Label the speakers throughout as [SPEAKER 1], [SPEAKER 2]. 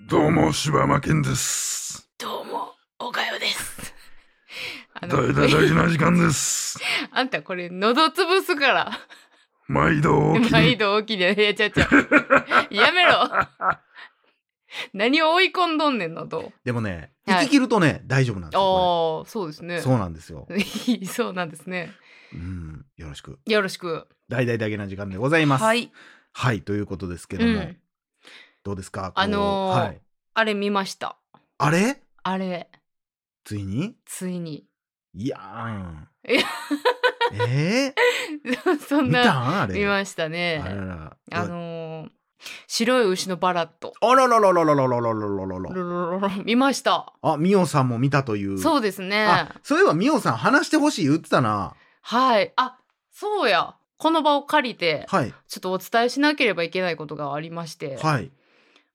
[SPEAKER 1] どうも、柴山健です。
[SPEAKER 2] どうも、おかよです。 あ
[SPEAKER 1] 大々大事な時間です。
[SPEAKER 2] あんたこれ、喉潰すから。
[SPEAKER 1] 毎度おき
[SPEAKER 2] 毎
[SPEAKER 1] に。
[SPEAKER 2] 度大きいで、いや、ちゃうちゃう。 やめろ。何を追い込んどんねんの、ど
[SPEAKER 3] でもね、
[SPEAKER 2] はい
[SPEAKER 3] 息切るとね、大丈夫なんです
[SPEAKER 2] う。
[SPEAKER 3] よ。こ
[SPEAKER 2] ああ、そうです
[SPEAKER 3] れ
[SPEAKER 2] ね。
[SPEAKER 3] そうなんですよ。
[SPEAKER 2] いい そうなんですね。
[SPEAKER 3] うん、よろしく。
[SPEAKER 2] よろしく。
[SPEAKER 3] 大々だけな時間でございます。
[SPEAKER 2] は
[SPEAKER 3] はい、
[SPEAKER 2] い。
[SPEAKER 3] ということですけ
[SPEAKER 2] う
[SPEAKER 3] ども、
[SPEAKER 2] ん。
[SPEAKER 3] どうですかこう
[SPEAKER 2] あのー
[SPEAKER 3] はい、
[SPEAKER 2] あれ見ました。
[SPEAKER 3] あれ
[SPEAKER 2] あれ、
[SPEAKER 3] ついに
[SPEAKER 2] ついに。
[SPEAKER 3] いやーん。
[SPEAKER 2] いや
[SPEAKER 3] え
[SPEAKER 2] そ
[SPEAKER 3] ー、
[SPEAKER 2] ん
[SPEAKER 3] 見
[SPEAKER 2] な、
[SPEAKER 3] たんあれ。
[SPEAKER 2] 見ましたね
[SPEAKER 3] あ。らら。
[SPEAKER 2] あのー、白い牛のバラット。
[SPEAKER 3] あららららららららららら
[SPEAKER 2] ロロロロロ見ました。
[SPEAKER 3] あ、みおさんも見たという。
[SPEAKER 2] そううですね
[SPEAKER 3] あ。、そういえばみおさん話してほしい言ってたな。
[SPEAKER 2] はい。あ、そうや。この場を借りて、
[SPEAKER 3] はい。
[SPEAKER 2] ちょっとお伝えしなければいけないことがありまして、
[SPEAKER 3] はい。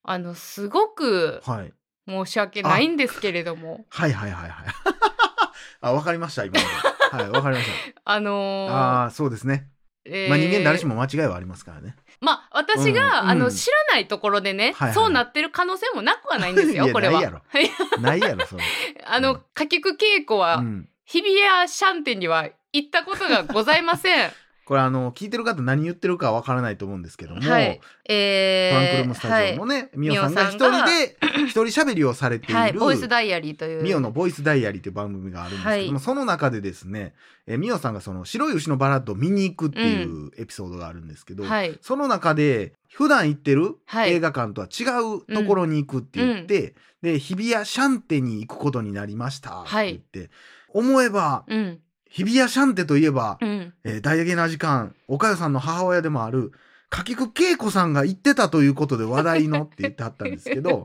[SPEAKER 2] あの、すごく
[SPEAKER 3] はい。
[SPEAKER 2] 申し訳ないんですけれども、
[SPEAKER 3] はいはいはいはい。 あ、わかりました、今ので。はい、わかりました。
[SPEAKER 2] あ のー
[SPEAKER 3] ああそうですね、
[SPEAKER 2] えー
[SPEAKER 3] まあ、人間誰しも間違いはありますからね、
[SPEAKER 2] まあ、私が、
[SPEAKER 3] うん
[SPEAKER 2] あ
[SPEAKER 3] う
[SPEAKER 2] の、
[SPEAKER 3] ん
[SPEAKER 2] 知らないところでね、
[SPEAKER 3] はいはい
[SPEAKER 2] そうなってる可能性もなくはないんです
[SPEAKER 3] い
[SPEAKER 2] よ、
[SPEAKER 3] や
[SPEAKER 2] これは。
[SPEAKER 3] ないや ろないやろそれ、
[SPEAKER 2] あ
[SPEAKER 3] うん、
[SPEAKER 2] の歌曲稽古
[SPEAKER 3] う
[SPEAKER 2] は、
[SPEAKER 3] ん、
[SPEAKER 2] 日比谷シャンテには行ったことがございません。
[SPEAKER 3] これあの聞いてる方何言ってるかわからないと思うんです けども、
[SPEAKER 2] はい。え
[SPEAKER 3] ト
[SPEAKER 2] ー、
[SPEAKER 3] ランクルームスタジオの
[SPEAKER 2] は
[SPEAKER 3] ね、ミオさんが一
[SPEAKER 2] ミオさん
[SPEAKER 3] 人
[SPEAKER 2] が
[SPEAKER 3] で一人喋りをされてい
[SPEAKER 2] い、
[SPEAKER 3] る、
[SPEAKER 2] はい、ボイスダイアリーという。
[SPEAKER 3] ミオの「ボイスダイアリー」という番組があるんですけども、
[SPEAKER 2] は
[SPEAKER 3] その中でですね、えー、ミオさんがその白い牛のバラッドを見に行くっていうエピソードがあるんですけど、
[SPEAKER 2] はい。
[SPEAKER 3] その中で普段行ってる
[SPEAKER 2] はい
[SPEAKER 3] 映画館とは違うところに行くって言って、で日比谷シャンテに行くことになりましたって言って、思えば
[SPEAKER 2] うん。
[SPEAKER 3] 日比谷シャンテといえば、
[SPEAKER 2] うん。
[SPEAKER 3] えー、大げな時間岡代さんの母親でもある柿久恵子さんが行ってたということで話題のって言ってあったんですけ ど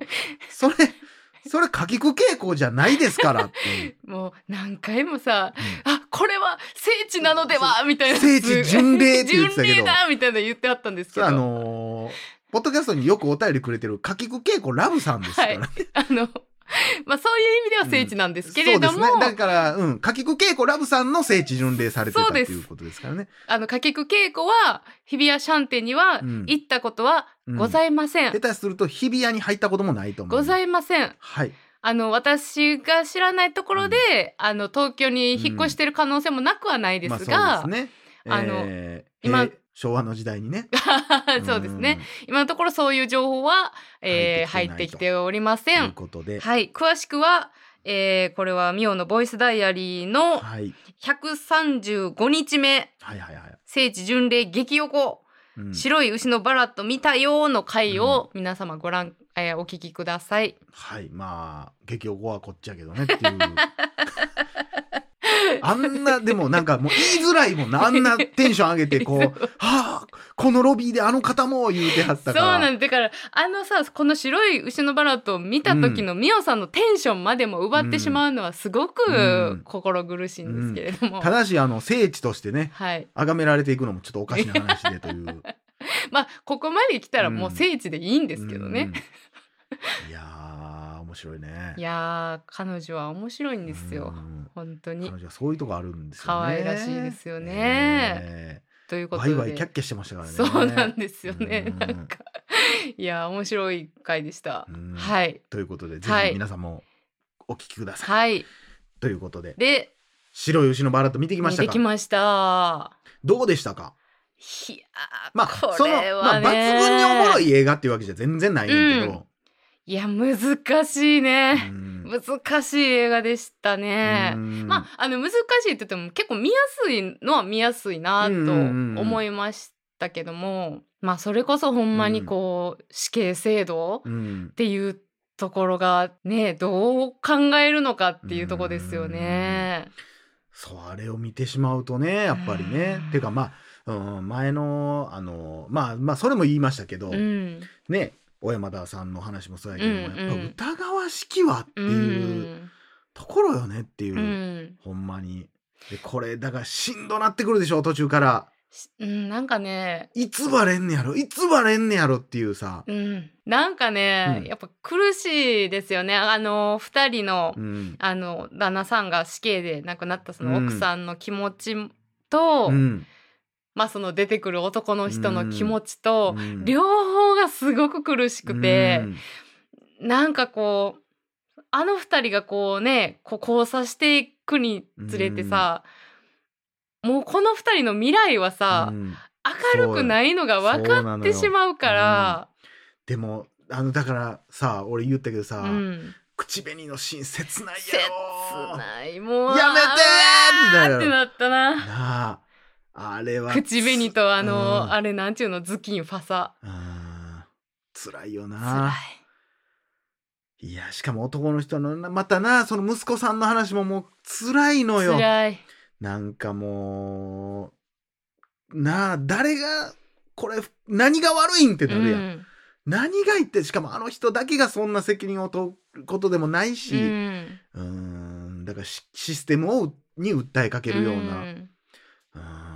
[SPEAKER 3] それそれ柿久恵子じゃないですからって いう。
[SPEAKER 2] もう何回もさ「あこれは聖地なのでは」みたいな
[SPEAKER 3] 聖地巡礼って言ってたけど
[SPEAKER 2] 巡礼だみたいなの言ってあったんです
[SPEAKER 3] そ
[SPEAKER 2] け
[SPEAKER 3] れ
[SPEAKER 2] ど
[SPEAKER 3] あのーポッドキャストによくお便りくれてる柿久恵子ラブさんですからね、
[SPEAKER 2] はあのまあそういう意味では聖地なんですけれど
[SPEAKER 3] そ
[SPEAKER 2] も、
[SPEAKER 3] うですね、だから、うん、かきくけいこラブさんの聖地巡礼されてた
[SPEAKER 2] そ
[SPEAKER 3] っ
[SPEAKER 2] う
[SPEAKER 3] て
[SPEAKER 2] です
[SPEAKER 3] いうことですからね。
[SPEAKER 2] あの掛布稽古は日比谷シャンテには
[SPEAKER 3] うん
[SPEAKER 2] 行ったことはございません、
[SPEAKER 3] 下手すると日比谷に入ったこともないと思う。
[SPEAKER 2] ござ
[SPEAKER 3] い
[SPEAKER 2] いません
[SPEAKER 3] はい。
[SPEAKER 2] あの私が知らないところで、あの東京に引っ越してる可能性もなくはないです
[SPEAKER 3] まあ
[SPEAKER 2] が、
[SPEAKER 3] そうですね。
[SPEAKER 2] あの
[SPEAKER 3] えー
[SPEAKER 2] 今
[SPEAKER 3] えー昭和の時代にね。
[SPEAKER 2] そうですね今のところそういう情報は、えー
[SPEAKER 3] 入
[SPEAKER 2] 入っ
[SPEAKER 3] っててき
[SPEAKER 2] き
[SPEAKER 3] てないと
[SPEAKER 2] ておりま
[SPEAKER 3] うん。
[SPEAKER 2] せん
[SPEAKER 3] ということで、
[SPEAKER 2] はい、詳しくは、えーこれはミオのボイスダイアリーの
[SPEAKER 3] はい、
[SPEAKER 2] 135日目
[SPEAKER 3] はいはいはい。
[SPEAKER 2] 聖地巡礼激横、
[SPEAKER 3] うん
[SPEAKER 2] 白い牛のバラット見たよーの回を皆様ご覧、えーお聞きください。
[SPEAKER 3] はい、まあ激おこはこっちやけどねっていう。 あんなでもなんかもう言いづらいもんなあんなテンション上げて こう「はあこのロビーであの方も」言うてはっ
[SPEAKER 2] そ
[SPEAKER 3] た
[SPEAKER 2] う
[SPEAKER 3] から
[SPEAKER 2] なんですだからあのさこの白い牛のバラットを見た時のミオさんのテンションまでも奪ってしまうのはすご
[SPEAKER 3] う
[SPEAKER 2] く
[SPEAKER 3] ん
[SPEAKER 2] 心苦しいんですけれども、
[SPEAKER 3] ただしあの聖地としてね
[SPEAKER 2] はい
[SPEAKER 3] 崇められていくのもちょっとおかしな話でという
[SPEAKER 2] まあここまで来たらもう聖地でいいん ですけどね。
[SPEAKER 3] うんいやー面白いね
[SPEAKER 2] いやー彼女は面白いんですよ、
[SPEAKER 3] うん
[SPEAKER 2] 本当
[SPEAKER 3] 彼
[SPEAKER 2] に。
[SPEAKER 3] 女はそういうとこあるんですよね
[SPEAKER 2] 可愛らしいですよね
[SPEAKER 3] え
[SPEAKER 2] という
[SPEAKER 3] え
[SPEAKER 2] こと
[SPEAKER 3] ワ
[SPEAKER 2] で
[SPEAKER 3] イワイキャッキャしてましたからね
[SPEAKER 2] そうなんですよね、
[SPEAKER 3] うん
[SPEAKER 2] なんかいや面白い回でした、
[SPEAKER 3] うん
[SPEAKER 2] はい
[SPEAKER 3] ということでぜ
[SPEAKER 2] はい
[SPEAKER 3] ひ皆さんもお聞きください、
[SPEAKER 2] はい
[SPEAKER 3] ということで
[SPEAKER 2] で
[SPEAKER 3] 白い牛のバラット見てきま
[SPEAKER 2] 見
[SPEAKER 3] した
[SPEAKER 2] て
[SPEAKER 3] か
[SPEAKER 2] きました
[SPEAKER 3] どうでしたか
[SPEAKER 2] いやー
[SPEAKER 3] まあ
[SPEAKER 2] こ
[SPEAKER 3] その、
[SPEAKER 2] れ
[SPEAKER 3] ま
[SPEAKER 2] は
[SPEAKER 3] あ、
[SPEAKER 2] ね、
[SPEAKER 3] 抜群におもろい映画っていうわけじゃ全然ないねんけど、
[SPEAKER 2] いや難しいね、
[SPEAKER 3] うん
[SPEAKER 2] 難しい映画でしたね、
[SPEAKER 3] うん
[SPEAKER 2] まあ、あの難しいって言っても結構見やすいのは見やすいなと
[SPEAKER 3] うんうんうん
[SPEAKER 2] 思いましたけども、まあそれこそほんまにこう、死刑制度っ
[SPEAKER 3] うん
[SPEAKER 2] ていうところがねどう考えるのかっていうところですよね。
[SPEAKER 3] そうあれを見てしまうとねやっぱりね
[SPEAKER 2] うん。
[SPEAKER 3] ていうかまあ、うん、前のあのまあまあそれも言いましたけど、
[SPEAKER 2] うん、
[SPEAKER 3] ね小山田さんの話もそうやけども、
[SPEAKER 2] うんうん
[SPEAKER 3] やっぱ疑わしきはって
[SPEAKER 2] う、
[SPEAKER 3] いうんところよねっていう、
[SPEAKER 2] うん
[SPEAKER 3] ほんまに。でこれだからしんどなってくるでしょ途中から。
[SPEAKER 2] しうん、なんかね、
[SPEAKER 3] いつバレんねやろいつバレんねやろっていうさ。
[SPEAKER 2] うん、なんかね、
[SPEAKER 3] うん
[SPEAKER 2] やっぱ苦しいですよね。あの二人の、
[SPEAKER 3] うん。
[SPEAKER 2] あの旦那さんが死刑で亡くなったその
[SPEAKER 3] うん
[SPEAKER 2] 奥さんの気持ちと、
[SPEAKER 3] うん
[SPEAKER 2] まあその出てくる男の人の気持ちと、
[SPEAKER 3] うん
[SPEAKER 2] 両方がすごく苦しくて、なんかこうあの二人がこうねこう交差していくにつれてさ、もうこの二人の未来はさ、
[SPEAKER 3] うん
[SPEAKER 2] 明るくないのが分
[SPEAKER 3] そうな
[SPEAKER 2] かっ
[SPEAKER 3] の
[SPEAKER 2] て
[SPEAKER 3] よ
[SPEAKER 2] しまうから
[SPEAKER 3] でもあのだからさ俺言ったけどさ、
[SPEAKER 2] うん
[SPEAKER 3] 口紅のシーン切ない
[SPEAKER 2] 切
[SPEAKER 3] やろ
[SPEAKER 2] ないもう
[SPEAKER 3] やめてー
[SPEAKER 2] あー
[SPEAKER 3] みい
[SPEAKER 2] ったて
[SPEAKER 3] な
[SPEAKER 2] なったな
[SPEAKER 3] なああれは
[SPEAKER 2] 口紅とあの、
[SPEAKER 3] うん
[SPEAKER 2] あれなんちゅうの頭巾ファサ
[SPEAKER 3] あー辛いよ
[SPEAKER 2] つら
[SPEAKER 3] な。いや、しかも男の人のな、またな、その息子さんの話ももう辛いの
[SPEAKER 2] い
[SPEAKER 3] よ
[SPEAKER 2] つ。らい
[SPEAKER 3] なんかもう、なあ、誰が、これ、何が悪いんってなるやん。
[SPEAKER 2] うん
[SPEAKER 3] 何が言って、しかもあの人だけがそんな責任を負うことでもないうし、
[SPEAKER 2] ん
[SPEAKER 3] うーん、だからシシステムをに訴えかけるような。
[SPEAKER 2] ん
[SPEAKER 3] うーん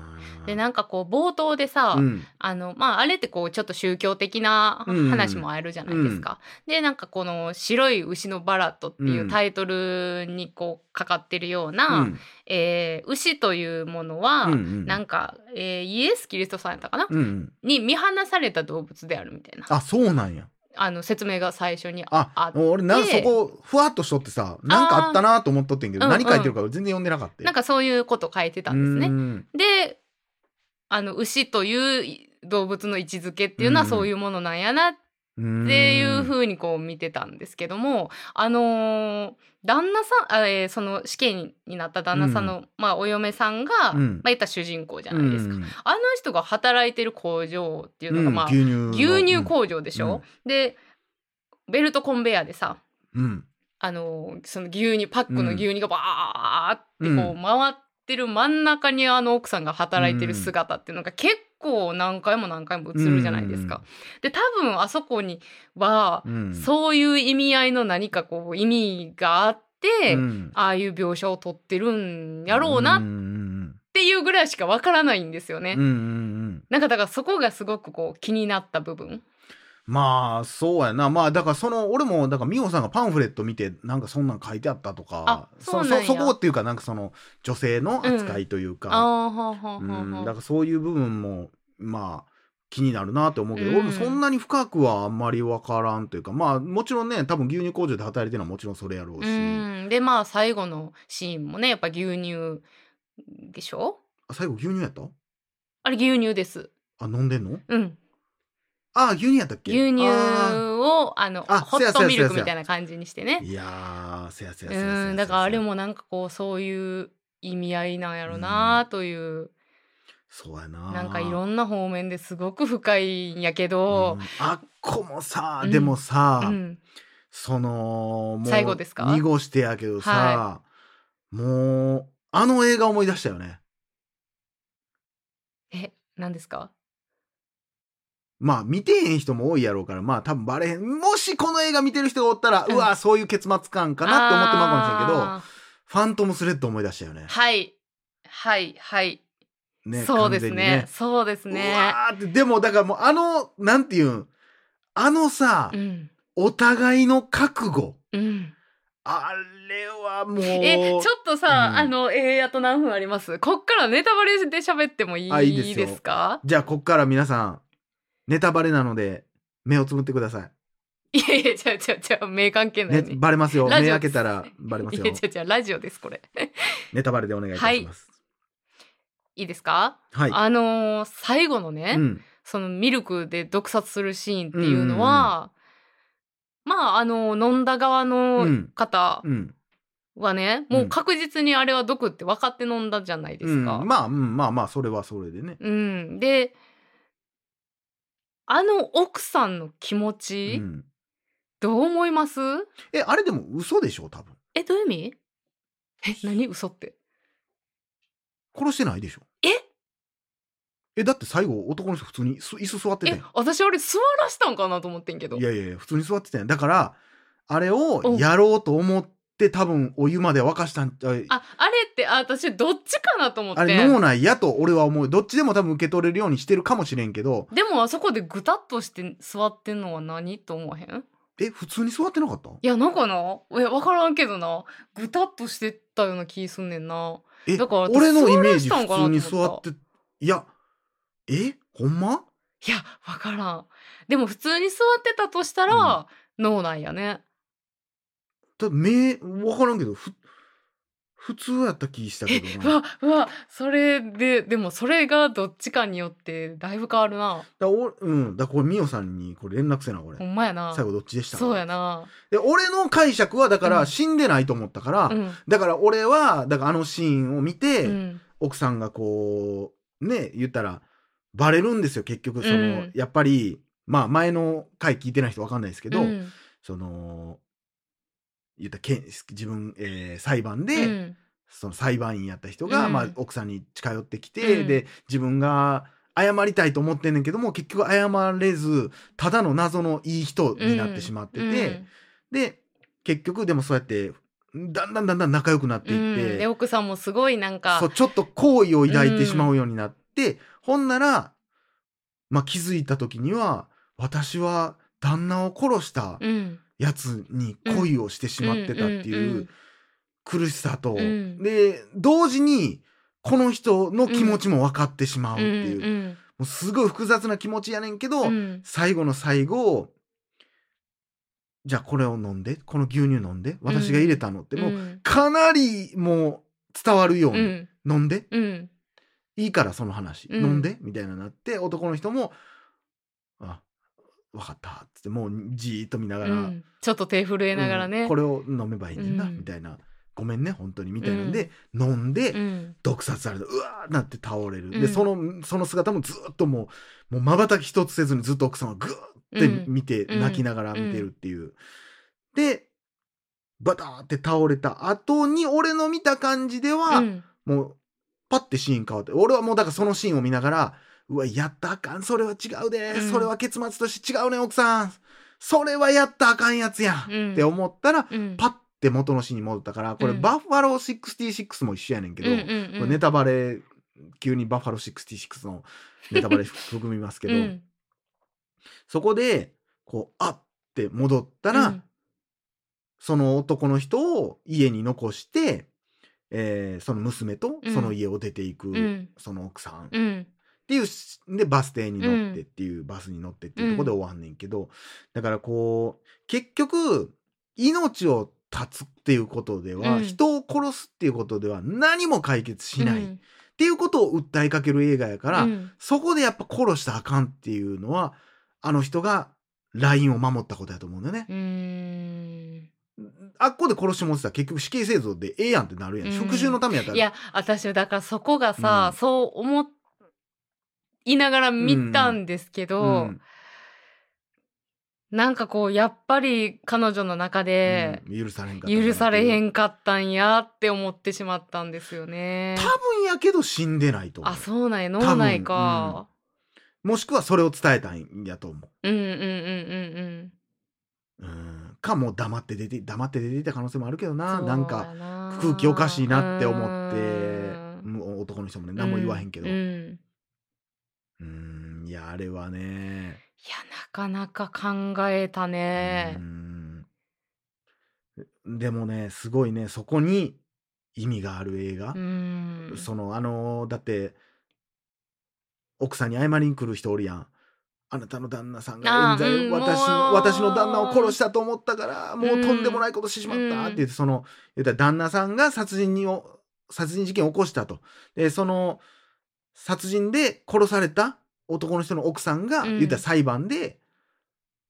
[SPEAKER 2] でなんかこう冒頭でさ、
[SPEAKER 3] うん、
[SPEAKER 2] あのまああれってこうちょっと宗教的な
[SPEAKER 3] うんうん
[SPEAKER 2] 話もあるじゃないですか。でなんかこの「白い牛のバラット」っていうタイトルにこうかかってるような、
[SPEAKER 3] うん
[SPEAKER 2] えー牛というものは、
[SPEAKER 3] うんうん
[SPEAKER 2] なんか、えーイエス・キリストさんやったかな、
[SPEAKER 3] うんうん、
[SPEAKER 2] に見放された動物であるみたいな
[SPEAKER 3] あ、そうなんや。
[SPEAKER 2] あの説明が最初にあ
[SPEAKER 3] あ、俺な、そ
[SPEAKER 2] で
[SPEAKER 3] こ、ふわっとしとってさ、なんかあったなと思っとってんけど、
[SPEAKER 2] あー
[SPEAKER 3] 何書いてるか全然読んでなかったよ。
[SPEAKER 2] なんかそういうこと書いてたんですね。
[SPEAKER 3] ね。
[SPEAKER 2] であの牛という動物の位置づけっていうのは
[SPEAKER 3] うん
[SPEAKER 2] そういうものなんやなっ
[SPEAKER 3] っ
[SPEAKER 2] っていう風にこう見てたんですけどもあのー旦那さんあ、えーその死刑になった旦那さんの、まあ、お嫁さんが、
[SPEAKER 3] うん
[SPEAKER 2] まあ、言ったら主人公じゃないですか、
[SPEAKER 3] うん
[SPEAKER 2] あの人が働いてる工場っていうのが、まあ
[SPEAKER 3] 牛乳の
[SPEAKER 2] 牛乳工場でしょ、でベルトコンベヤーでさ
[SPEAKER 3] うん
[SPEAKER 2] あのーその牛乳パックの牛乳がバーってこ
[SPEAKER 3] う
[SPEAKER 2] う回ってる真ん中にあの奥さんが働いてる姿っていうのが結構何回も何回も映るじゃないですか。で多分あそこには
[SPEAKER 3] うんうん
[SPEAKER 2] そういう意味合いの何かこう意味があって、
[SPEAKER 3] ん
[SPEAKER 2] ああいう描写を取ってるんやろうな
[SPEAKER 3] うん
[SPEAKER 2] っ
[SPEAKER 3] うん
[SPEAKER 2] ていうぐらいしかわからないんですよね。
[SPEAKER 3] うんうんうん
[SPEAKER 2] なんかだからそこがすごくこう気になった部分。
[SPEAKER 3] まあそうやなまあだからその俺もだから美穂さんがパンフレット見てなんかそんなん書いてあったとか
[SPEAKER 2] あそうなんや
[SPEAKER 3] そそこっていうかなんかその女性の扱いという
[SPEAKER 2] あ
[SPEAKER 3] か、
[SPEAKER 2] あはあはあ
[SPEAKER 3] うんだ
[SPEAKER 2] はあは
[SPEAKER 3] からそういう部分もまあ気になるなと思うけど、
[SPEAKER 2] うん
[SPEAKER 3] 俺もそんなに深くはあんまり分からんというかまあもちろんね多分牛乳工場で働いてるのはもちろんそれやろう
[SPEAKER 2] う
[SPEAKER 3] し、
[SPEAKER 2] んでまあ最後のシーンもねやっぱ牛乳でしょ
[SPEAKER 3] あ最後牛乳やった
[SPEAKER 2] あれ牛乳です。
[SPEAKER 3] あ飲んでんの
[SPEAKER 2] うん、
[SPEAKER 3] あ牛乳やったっけ
[SPEAKER 2] 牛乳
[SPEAKER 3] あ
[SPEAKER 2] をあの
[SPEAKER 3] あ
[SPEAKER 2] ホ
[SPEAKER 3] せや
[SPEAKER 2] ッ
[SPEAKER 3] せ
[SPEAKER 2] ト
[SPEAKER 3] や
[SPEAKER 2] ミル
[SPEAKER 3] せ
[SPEAKER 2] ク
[SPEAKER 3] やせや
[SPEAKER 2] みたいな感じにしてね
[SPEAKER 3] ーいやーせやせやせやせやせや
[SPEAKER 2] うんだからあれもなんかこうそういう意味合いなんやろなという、
[SPEAKER 3] そうやな
[SPEAKER 2] なんかい
[SPEAKER 3] ん
[SPEAKER 2] ろんな方面ですごく深いんやけど、
[SPEAKER 3] あっこもさ、
[SPEAKER 2] うん
[SPEAKER 3] でもさ、
[SPEAKER 2] うん
[SPEAKER 3] そのもう
[SPEAKER 2] 最後ですか
[SPEAKER 3] 濁してやけどさ、
[SPEAKER 2] は
[SPEAKER 3] もうあの映画思い出したよね
[SPEAKER 2] え何ですか
[SPEAKER 3] まあ見てへん人も多いやろうからまあ多分バレへんもしこの映画見てる人がおったら、う
[SPEAKER 2] うん
[SPEAKER 3] わそういう結末感かなって思ってまうかもしれんけど
[SPEAKER 2] あ
[SPEAKER 3] ファントムスレッド思い出したよね
[SPEAKER 2] ーはいはいはい、
[SPEAKER 3] ね
[SPEAKER 2] そうですね
[SPEAKER 3] 完全に
[SPEAKER 2] そうです
[SPEAKER 3] う
[SPEAKER 2] ね
[SPEAKER 3] わーってでもだからもうあのなんていうんあのさ、
[SPEAKER 2] うん
[SPEAKER 3] お互いの覚悟
[SPEAKER 2] うん、
[SPEAKER 3] あれはもう
[SPEAKER 2] えちょっとさ、
[SPEAKER 3] うん
[SPEAKER 2] あのえー、あと何分ありますこっからネタバレで喋ってもい
[SPEAKER 3] あいいで
[SPEAKER 2] い
[SPEAKER 3] すよ
[SPEAKER 2] ですか
[SPEAKER 3] じゃあこっから皆さんネタバレなので目をつぶってくださ
[SPEAKER 2] いやいやちゃうちゃうちゃう目関係
[SPEAKER 3] い、
[SPEAKER 2] ない
[SPEAKER 3] ね
[SPEAKER 2] よね、
[SPEAKER 3] バレますよ
[SPEAKER 2] ラ
[SPEAKER 3] 目
[SPEAKER 2] ジオ
[SPEAKER 3] 開けたらバレますよ
[SPEAKER 2] いやちゃうちゃうラジオですこれ
[SPEAKER 3] ネタバレでお願いいたします
[SPEAKER 2] いいですか、
[SPEAKER 3] はい、
[SPEAKER 2] あのー最後のね、
[SPEAKER 3] うん
[SPEAKER 2] そのミルクで毒殺するシーンっていうのは、まああの飲んだ側の方
[SPEAKER 3] うん
[SPEAKER 2] はね、
[SPEAKER 3] うん
[SPEAKER 2] もう確実にあれは毒って分かって飲んだじゃないで
[SPEAKER 3] う
[SPEAKER 2] す
[SPEAKER 3] ん、
[SPEAKER 2] か。
[SPEAKER 3] まあ、うん、まあまあそれはそれでね、
[SPEAKER 2] うんであの奥さんの気持
[SPEAKER 3] う
[SPEAKER 2] ち、
[SPEAKER 3] ん、
[SPEAKER 2] どう思います
[SPEAKER 3] えあれでも嘘でしょ多分
[SPEAKER 2] えどういう意味え何嘘って
[SPEAKER 3] 殺してないでしょ
[SPEAKER 2] え
[SPEAKER 3] えだって最後男の人普通にす椅子座ってた
[SPEAKER 2] え
[SPEAKER 3] よ
[SPEAKER 2] 私あれ座らしたんかなと思ってんけど
[SPEAKER 3] いやいやいや普通に座ってたよだからあれをやろうと思って多分お湯まで沸かしたんちゃう
[SPEAKER 2] ああれってあ私どっちかなと思って
[SPEAKER 3] あれ脳内やと俺は思うどっちでも多分受け取れるようにしてるかもしれんけど
[SPEAKER 2] でもあそこでぐたっとして座ってんのは何と思わへん
[SPEAKER 3] え普通に座ってなかった
[SPEAKER 2] いやなんかないや分からんけどなぐたっとしてたような気すんねんな
[SPEAKER 3] え
[SPEAKER 2] だから私
[SPEAKER 3] 俺のイメージ
[SPEAKER 2] 座らしたんかな
[SPEAKER 3] 普通に座っていやえほんま
[SPEAKER 2] いや分からんでも普通に座ってたとしたら、脳なんやね。
[SPEAKER 3] だ目分からんけどふ普通やった気したけど
[SPEAKER 2] う
[SPEAKER 3] な
[SPEAKER 2] わうわそれででもそれがどっちかによってだいぶ変わるな
[SPEAKER 3] だおうんだこれミオさんにこれ連絡せなこれ
[SPEAKER 2] ほんまやな
[SPEAKER 3] 最後どっちでした
[SPEAKER 2] そうやな
[SPEAKER 3] で俺の解釈はだか
[SPEAKER 2] う
[SPEAKER 3] ら
[SPEAKER 2] ん
[SPEAKER 3] 死んでないと思ったから、
[SPEAKER 2] うん、
[SPEAKER 3] だから俺はだからあのシーンを見て、
[SPEAKER 2] うん、
[SPEAKER 3] 奥さんがこうね言ったらバレるんですよ結局その、
[SPEAKER 2] うん
[SPEAKER 3] やっぱりまあ前の回聞いてない人わかんないですけど、
[SPEAKER 2] うん
[SPEAKER 3] その言ったらけん自分、えー裁判で、
[SPEAKER 2] うん
[SPEAKER 3] その裁判員やった人が、
[SPEAKER 2] うん
[SPEAKER 3] まあ、奥さんに近寄ってきて、
[SPEAKER 2] うん
[SPEAKER 3] で自分が謝りたいと思ってんねんけども結局謝れずただの謎のいい人になってしまってて、
[SPEAKER 2] うん
[SPEAKER 3] で結局でもそうやってだんだんだんだん仲良くなっていって、
[SPEAKER 2] うんで奥さんもすごいなんか
[SPEAKER 3] そうちょっと好意を抱いてしまうようになって、ほんなら、まあ、気づいた時には私は旦那を殺した
[SPEAKER 2] うん
[SPEAKER 3] やつに恋をしてしまってたって
[SPEAKER 2] うんうんうん
[SPEAKER 3] いううん苦しさと、
[SPEAKER 2] うん
[SPEAKER 3] で同時にこの人の気持ちも分かってしまうっていう,、も
[SPEAKER 2] ん
[SPEAKER 3] うすごい複雑な気持ちやねんけど、
[SPEAKER 2] うんうん
[SPEAKER 3] 最後の最後じゃあこれを飲んでこの牛乳飲んで私が入れたのって、もう
[SPEAKER 2] うん
[SPEAKER 3] かなりもう伝わるよう
[SPEAKER 2] う
[SPEAKER 3] に、
[SPEAKER 2] ん
[SPEAKER 3] 飲んで
[SPEAKER 2] うん
[SPEAKER 3] いいからその話、
[SPEAKER 2] うん
[SPEAKER 3] 飲んでみたいななって男の人も「あ分かった」っつってもうじーっと見ながら、
[SPEAKER 2] うんちょっと手震えながら
[SPEAKER 3] う
[SPEAKER 2] ね
[SPEAKER 3] んこれを飲めばいいねんな、
[SPEAKER 2] うん
[SPEAKER 3] みたいな「ごめんね本当に」みたいなんで、飲んで、
[SPEAKER 2] うん
[SPEAKER 3] 毒殺されてうわーなって倒れる、
[SPEAKER 2] ん
[SPEAKER 3] でそのその姿もずっともうまばたき一つせずにずっと奥さんはグーって
[SPEAKER 2] うん
[SPEAKER 3] 見て、
[SPEAKER 2] うん
[SPEAKER 3] 泣きながら見てるっていう。でバターって倒れた後に俺の見た感じでは、
[SPEAKER 2] うん
[SPEAKER 3] もう、パッてシーン変わって、俺はもうだからそのシーンを見ながら、うわ、やったらあかん、それは違うで、
[SPEAKER 2] うん
[SPEAKER 3] それは結末として違うね、奥さん。それはやったらあかんやつやん、
[SPEAKER 2] うん
[SPEAKER 3] って思ったら、
[SPEAKER 2] うん
[SPEAKER 3] パッて元のシーンに戻ったから、これ、
[SPEAKER 2] うん
[SPEAKER 3] バッファロー66も一緒やねんけど、
[SPEAKER 2] うんうんうん
[SPEAKER 3] これネタバレ、急にバッファロー66のネタバレ含みますけど、
[SPEAKER 2] うん
[SPEAKER 3] そこで、こう、あって戻ったら、
[SPEAKER 2] うん
[SPEAKER 3] その男の人を家に残して、えーその娘とその家を出ていく、
[SPEAKER 2] うん
[SPEAKER 3] その奥さんっ
[SPEAKER 2] うん
[SPEAKER 3] ていうしでバス停に乗ってっていう、バスに乗ってっていうところで終わんねんけど、だからこう結局命を絶つっていうことでは、
[SPEAKER 2] うん
[SPEAKER 3] 人を殺すっていうことでは何も解決しないっ
[SPEAKER 2] うん
[SPEAKER 3] ていうことを訴えかける映画やから、
[SPEAKER 2] うん
[SPEAKER 3] そこでやっぱ殺したらあかんっていうのはあの人がラインを守ったことやと思うんだよね。
[SPEAKER 2] うーん
[SPEAKER 3] あっこで殺してもらってたら結局死刑製造でええやんってなるやん、
[SPEAKER 2] うん
[SPEAKER 3] 復讐のためやったら
[SPEAKER 2] いや私はだからそこがさ、
[SPEAKER 3] うん
[SPEAKER 2] そう思いながら見たんですけど、
[SPEAKER 3] うん
[SPEAKER 2] なんかこうやっぱり彼女の中で
[SPEAKER 3] うん許されへんかった
[SPEAKER 2] 許されへ
[SPEAKER 3] ん
[SPEAKER 2] んかったんやって思ってしまったんですよね。
[SPEAKER 3] 多分やけど死んでないと思
[SPEAKER 2] あそうなんや脳内か、
[SPEAKER 3] うもしくはそれを伝えたんやと思
[SPEAKER 2] うん、うんうんうん
[SPEAKER 3] ううんかもう黙って出て黙って出ていた可能性もあるけど
[SPEAKER 2] うん
[SPEAKER 3] な
[SPEAKER 2] そう
[SPEAKER 3] なんか
[SPEAKER 2] やな
[SPEAKER 3] 空気おかしいなって思って
[SPEAKER 2] うん
[SPEAKER 3] もう男の人もね何も言わへんけど
[SPEAKER 2] ううん
[SPEAKER 3] うんいやあれはね
[SPEAKER 2] いやなかなか考えたね
[SPEAKER 3] う。んでもねすごいねそこに意味がある映画、
[SPEAKER 2] うん
[SPEAKER 3] そのあのーだって奥さんに謝りに来る人おるやん。あなたの旦那さんが
[SPEAKER 2] あ
[SPEAKER 3] 冤罪
[SPEAKER 2] うん
[SPEAKER 3] 私
[SPEAKER 2] もう
[SPEAKER 3] 私の旦那を殺したと思ったからもうとんでもないことしてしまった
[SPEAKER 2] うん
[SPEAKER 3] って言ってその言ったら旦那さんが殺人にを殺人事件を起こしたとでその殺人で殺された男の人の奥さんが
[SPEAKER 2] うん
[SPEAKER 3] 言ったら裁判で、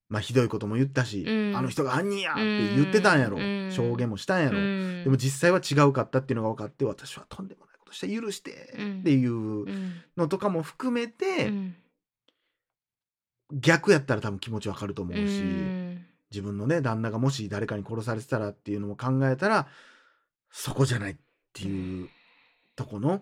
[SPEAKER 3] まあひどいことも言ったし、
[SPEAKER 2] うん
[SPEAKER 3] あの人が犯人やって言ってたんやろ、
[SPEAKER 2] うん
[SPEAKER 3] 証言もしたんやろ、
[SPEAKER 2] うん
[SPEAKER 3] でも実際は違うかったっていうのが分かって私はとんでもないことして許して
[SPEAKER 2] うん
[SPEAKER 3] っていう
[SPEAKER 2] うん
[SPEAKER 3] のとかも含めて、
[SPEAKER 2] うん
[SPEAKER 3] 逆やったら多分気持ち分かると思うし、
[SPEAKER 2] うん
[SPEAKER 3] 自分のね旦那がもし誰かに殺されてたらっていうのも考えたらそこじゃないっていうとこの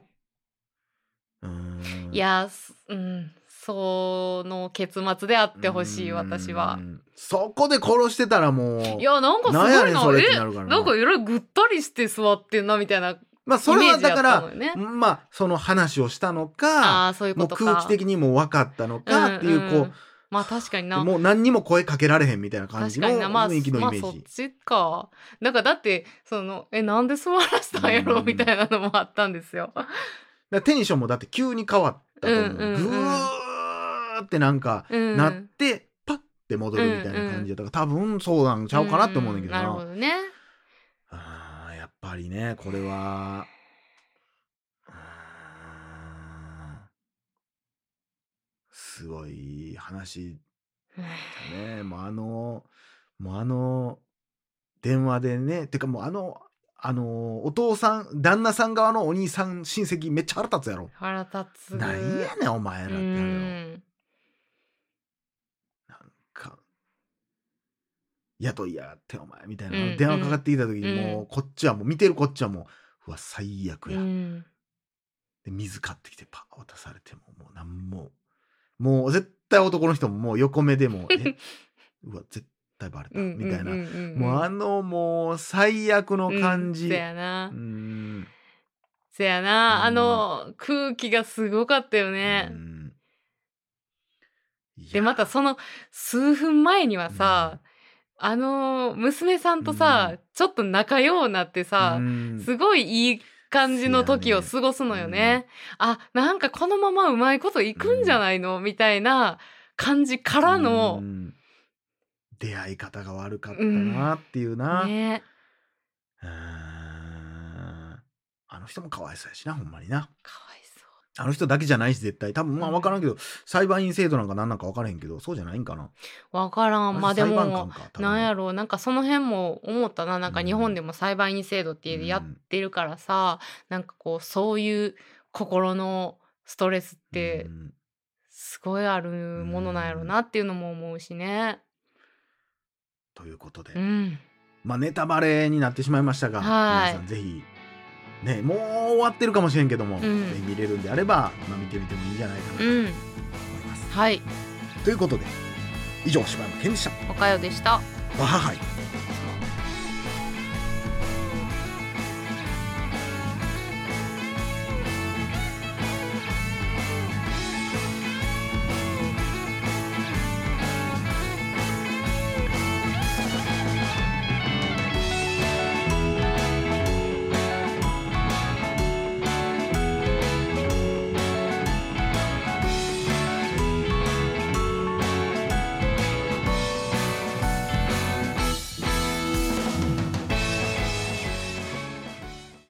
[SPEAKER 3] うーん
[SPEAKER 2] いや、すうん、その結末であってほしい、
[SPEAKER 3] うーん
[SPEAKER 2] 私は。
[SPEAKER 3] そこで殺してたらもう
[SPEAKER 2] いや、なんかすご
[SPEAKER 3] なんやね
[SPEAKER 2] い
[SPEAKER 3] ん
[SPEAKER 2] な、
[SPEAKER 3] それって
[SPEAKER 2] え
[SPEAKER 3] なるから
[SPEAKER 2] なんかいろいろぐったりして座ってんなみたいなイ
[SPEAKER 3] まあそれ
[SPEAKER 2] メー
[SPEAKER 3] は
[SPEAKER 2] ジや
[SPEAKER 3] だ
[SPEAKER 2] っ
[SPEAKER 3] か
[SPEAKER 2] た
[SPEAKER 3] ら
[SPEAKER 2] のよね。
[SPEAKER 3] まあその話をしたのか
[SPEAKER 2] ああー、そういう
[SPEAKER 3] も
[SPEAKER 2] こ
[SPEAKER 3] う
[SPEAKER 2] とか。
[SPEAKER 3] 空気的にも分かったのかっていうこう、
[SPEAKER 2] んんまあ確かにな。
[SPEAKER 3] もう何にも声かけられへんみたいな感じの
[SPEAKER 2] 確かにな、まあ、
[SPEAKER 3] 雰囲気のイ
[SPEAKER 2] まあ
[SPEAKER 3] メー
[SPEAKER 2] そっ
[SPEAKER 3] ジ。
[SPEAKER 2] ちか。だからだって、その、え、なんで座らせたんや
[SPEAKER 3] うんう
[SPEAKER 2] ろ
[SPEAKER 3] ん
[SPEAKER 2] みたいなのもあったんですよ。
[SPEAKER 3] だからテンションもだって急に変わったと思う。
[SPEAKER 2] うんうんうん
[SPEAKER 3] ぐーってなんか
[SPEAKER 2] うん。
[SPEAKER 3] なって、パッって戻るみたいな感じやったから、多分そうなんちゃうかなって思うねんだけど
[SPEAKER 2] な
[SPEAKER 3] な。
[SPEAKER 2] るほどね
[SPEAKER 3] あーやっぱりねこれはうーんすごい話だねもうあのもうあの電話でねてかもうあのあのお父さん旦那さん側のお兄さん親戚めっちゃ腹立つやろ。
[SPEAKER 2] 腹立つ
[SPEAKER 3] なんやねんお前らって
[SPEAKER 2] う
[SPEAKER 3] なるよ
[SPEAKER 2] ん
[SPEAKER 3] か雇いやがってお前みたいな、
[SPEAKER 2] うん
[SPEAKER 3] 電話かかってきた時に
[SPEAKER 2] うん
[SPEAKER 3] もうこっちはもう見てるこっちはもううわ最悪
[SPEAKER 2] う
[SPEAKER 3] や、
[SPEAKER 2] ん
[SPEAKER 3] で水買ってきてパー渡されてももうなんももう絶対男の人ももう横目でもう えうわ絶対バレた
[SPEAKER 2] うん
[SPEAKER 3] みたいな、
[SPEAKER 2] うんうんうん
[SPEAKER 3] もうあのもう最悪の感
[SPEAKER 2] う
[SPEAKER 3] じ、う
[SPEAKER 2] んせ
[SPEAKER 3] ん
[SPEAKER 2] やなせやなあの空気がすごかったよね
[SPEAKER 3] うんいや
[SPEAKER 2] でまたその数分前にはさあの娘さんと
[SPEAKER 3] う
[SPEAKER 2] さ
[SPEAKER 3] ん
[SPEAKER 2] ちょっと仲良うなってさ
[SPEAKER 3] うん
[SPEAKER 2] すごいいい感じの時を過ごすのよ
[SPEAKER 3] せや
[SPEAKER 2] ね。あ、なんかこのままうまいこといくんじゃないの、みたいな感じからの
[SPEAKER 3] う、ん出会い方が悪かったなっていうな、
[SPEAKER 2] ね、
[SPEAKER 3] うーんあの人もかわいそうやしなほんまにな
[SPEAKER 2] かわいそ
[SPEAKER 3] あの人だけじゃないし絶対多分まあ
[SPEAKER 2] うん
[SPEAKER 3] 分からんけど、裁判員制度なんか何なんか分からへんけどそうじゃないんかな
[SPEAKER 2] う。わからん。まあで
[SPEAKER 3] 裁判官
[SPEAKER 2] も、
[SPEAKER 3] か多分
[SPEAKER 2] なんやろう、なんかその辺も思ったな。なんか日本でも裁判員制度ってやってるからさ、なんかこう、そういう心のストレスって
[SPEAKER 3] うん
[SPEAKER 2] すごいあるものなんやろうなっていうのも思うしね。
[SPEAKER 3] ということで、
[SPEAKER 2] うん。
[SPEAKER 3] まあネタバレになってしまいましたが
[SPEAKER 2] はい
[SPEAKER 3] 皆さんぜひねもう終わってるかもしれんけども、
[SPEAKER 2] ん
[SPEAKER 3] ぜひ見れるんであれば、まあ、見てみてもいいんじゃないかなと
[SPEAKER 2] う
[SPEAKER 3] 思い
[SPEAKER 2] ん。
[SPEAKER 3] ます、
[SPEAKER 2] はい。
[SPEAKER 3] ということで以上柴山健でした
[SPEAKER 2] おかよでした。
[SPEAKER 3] わははい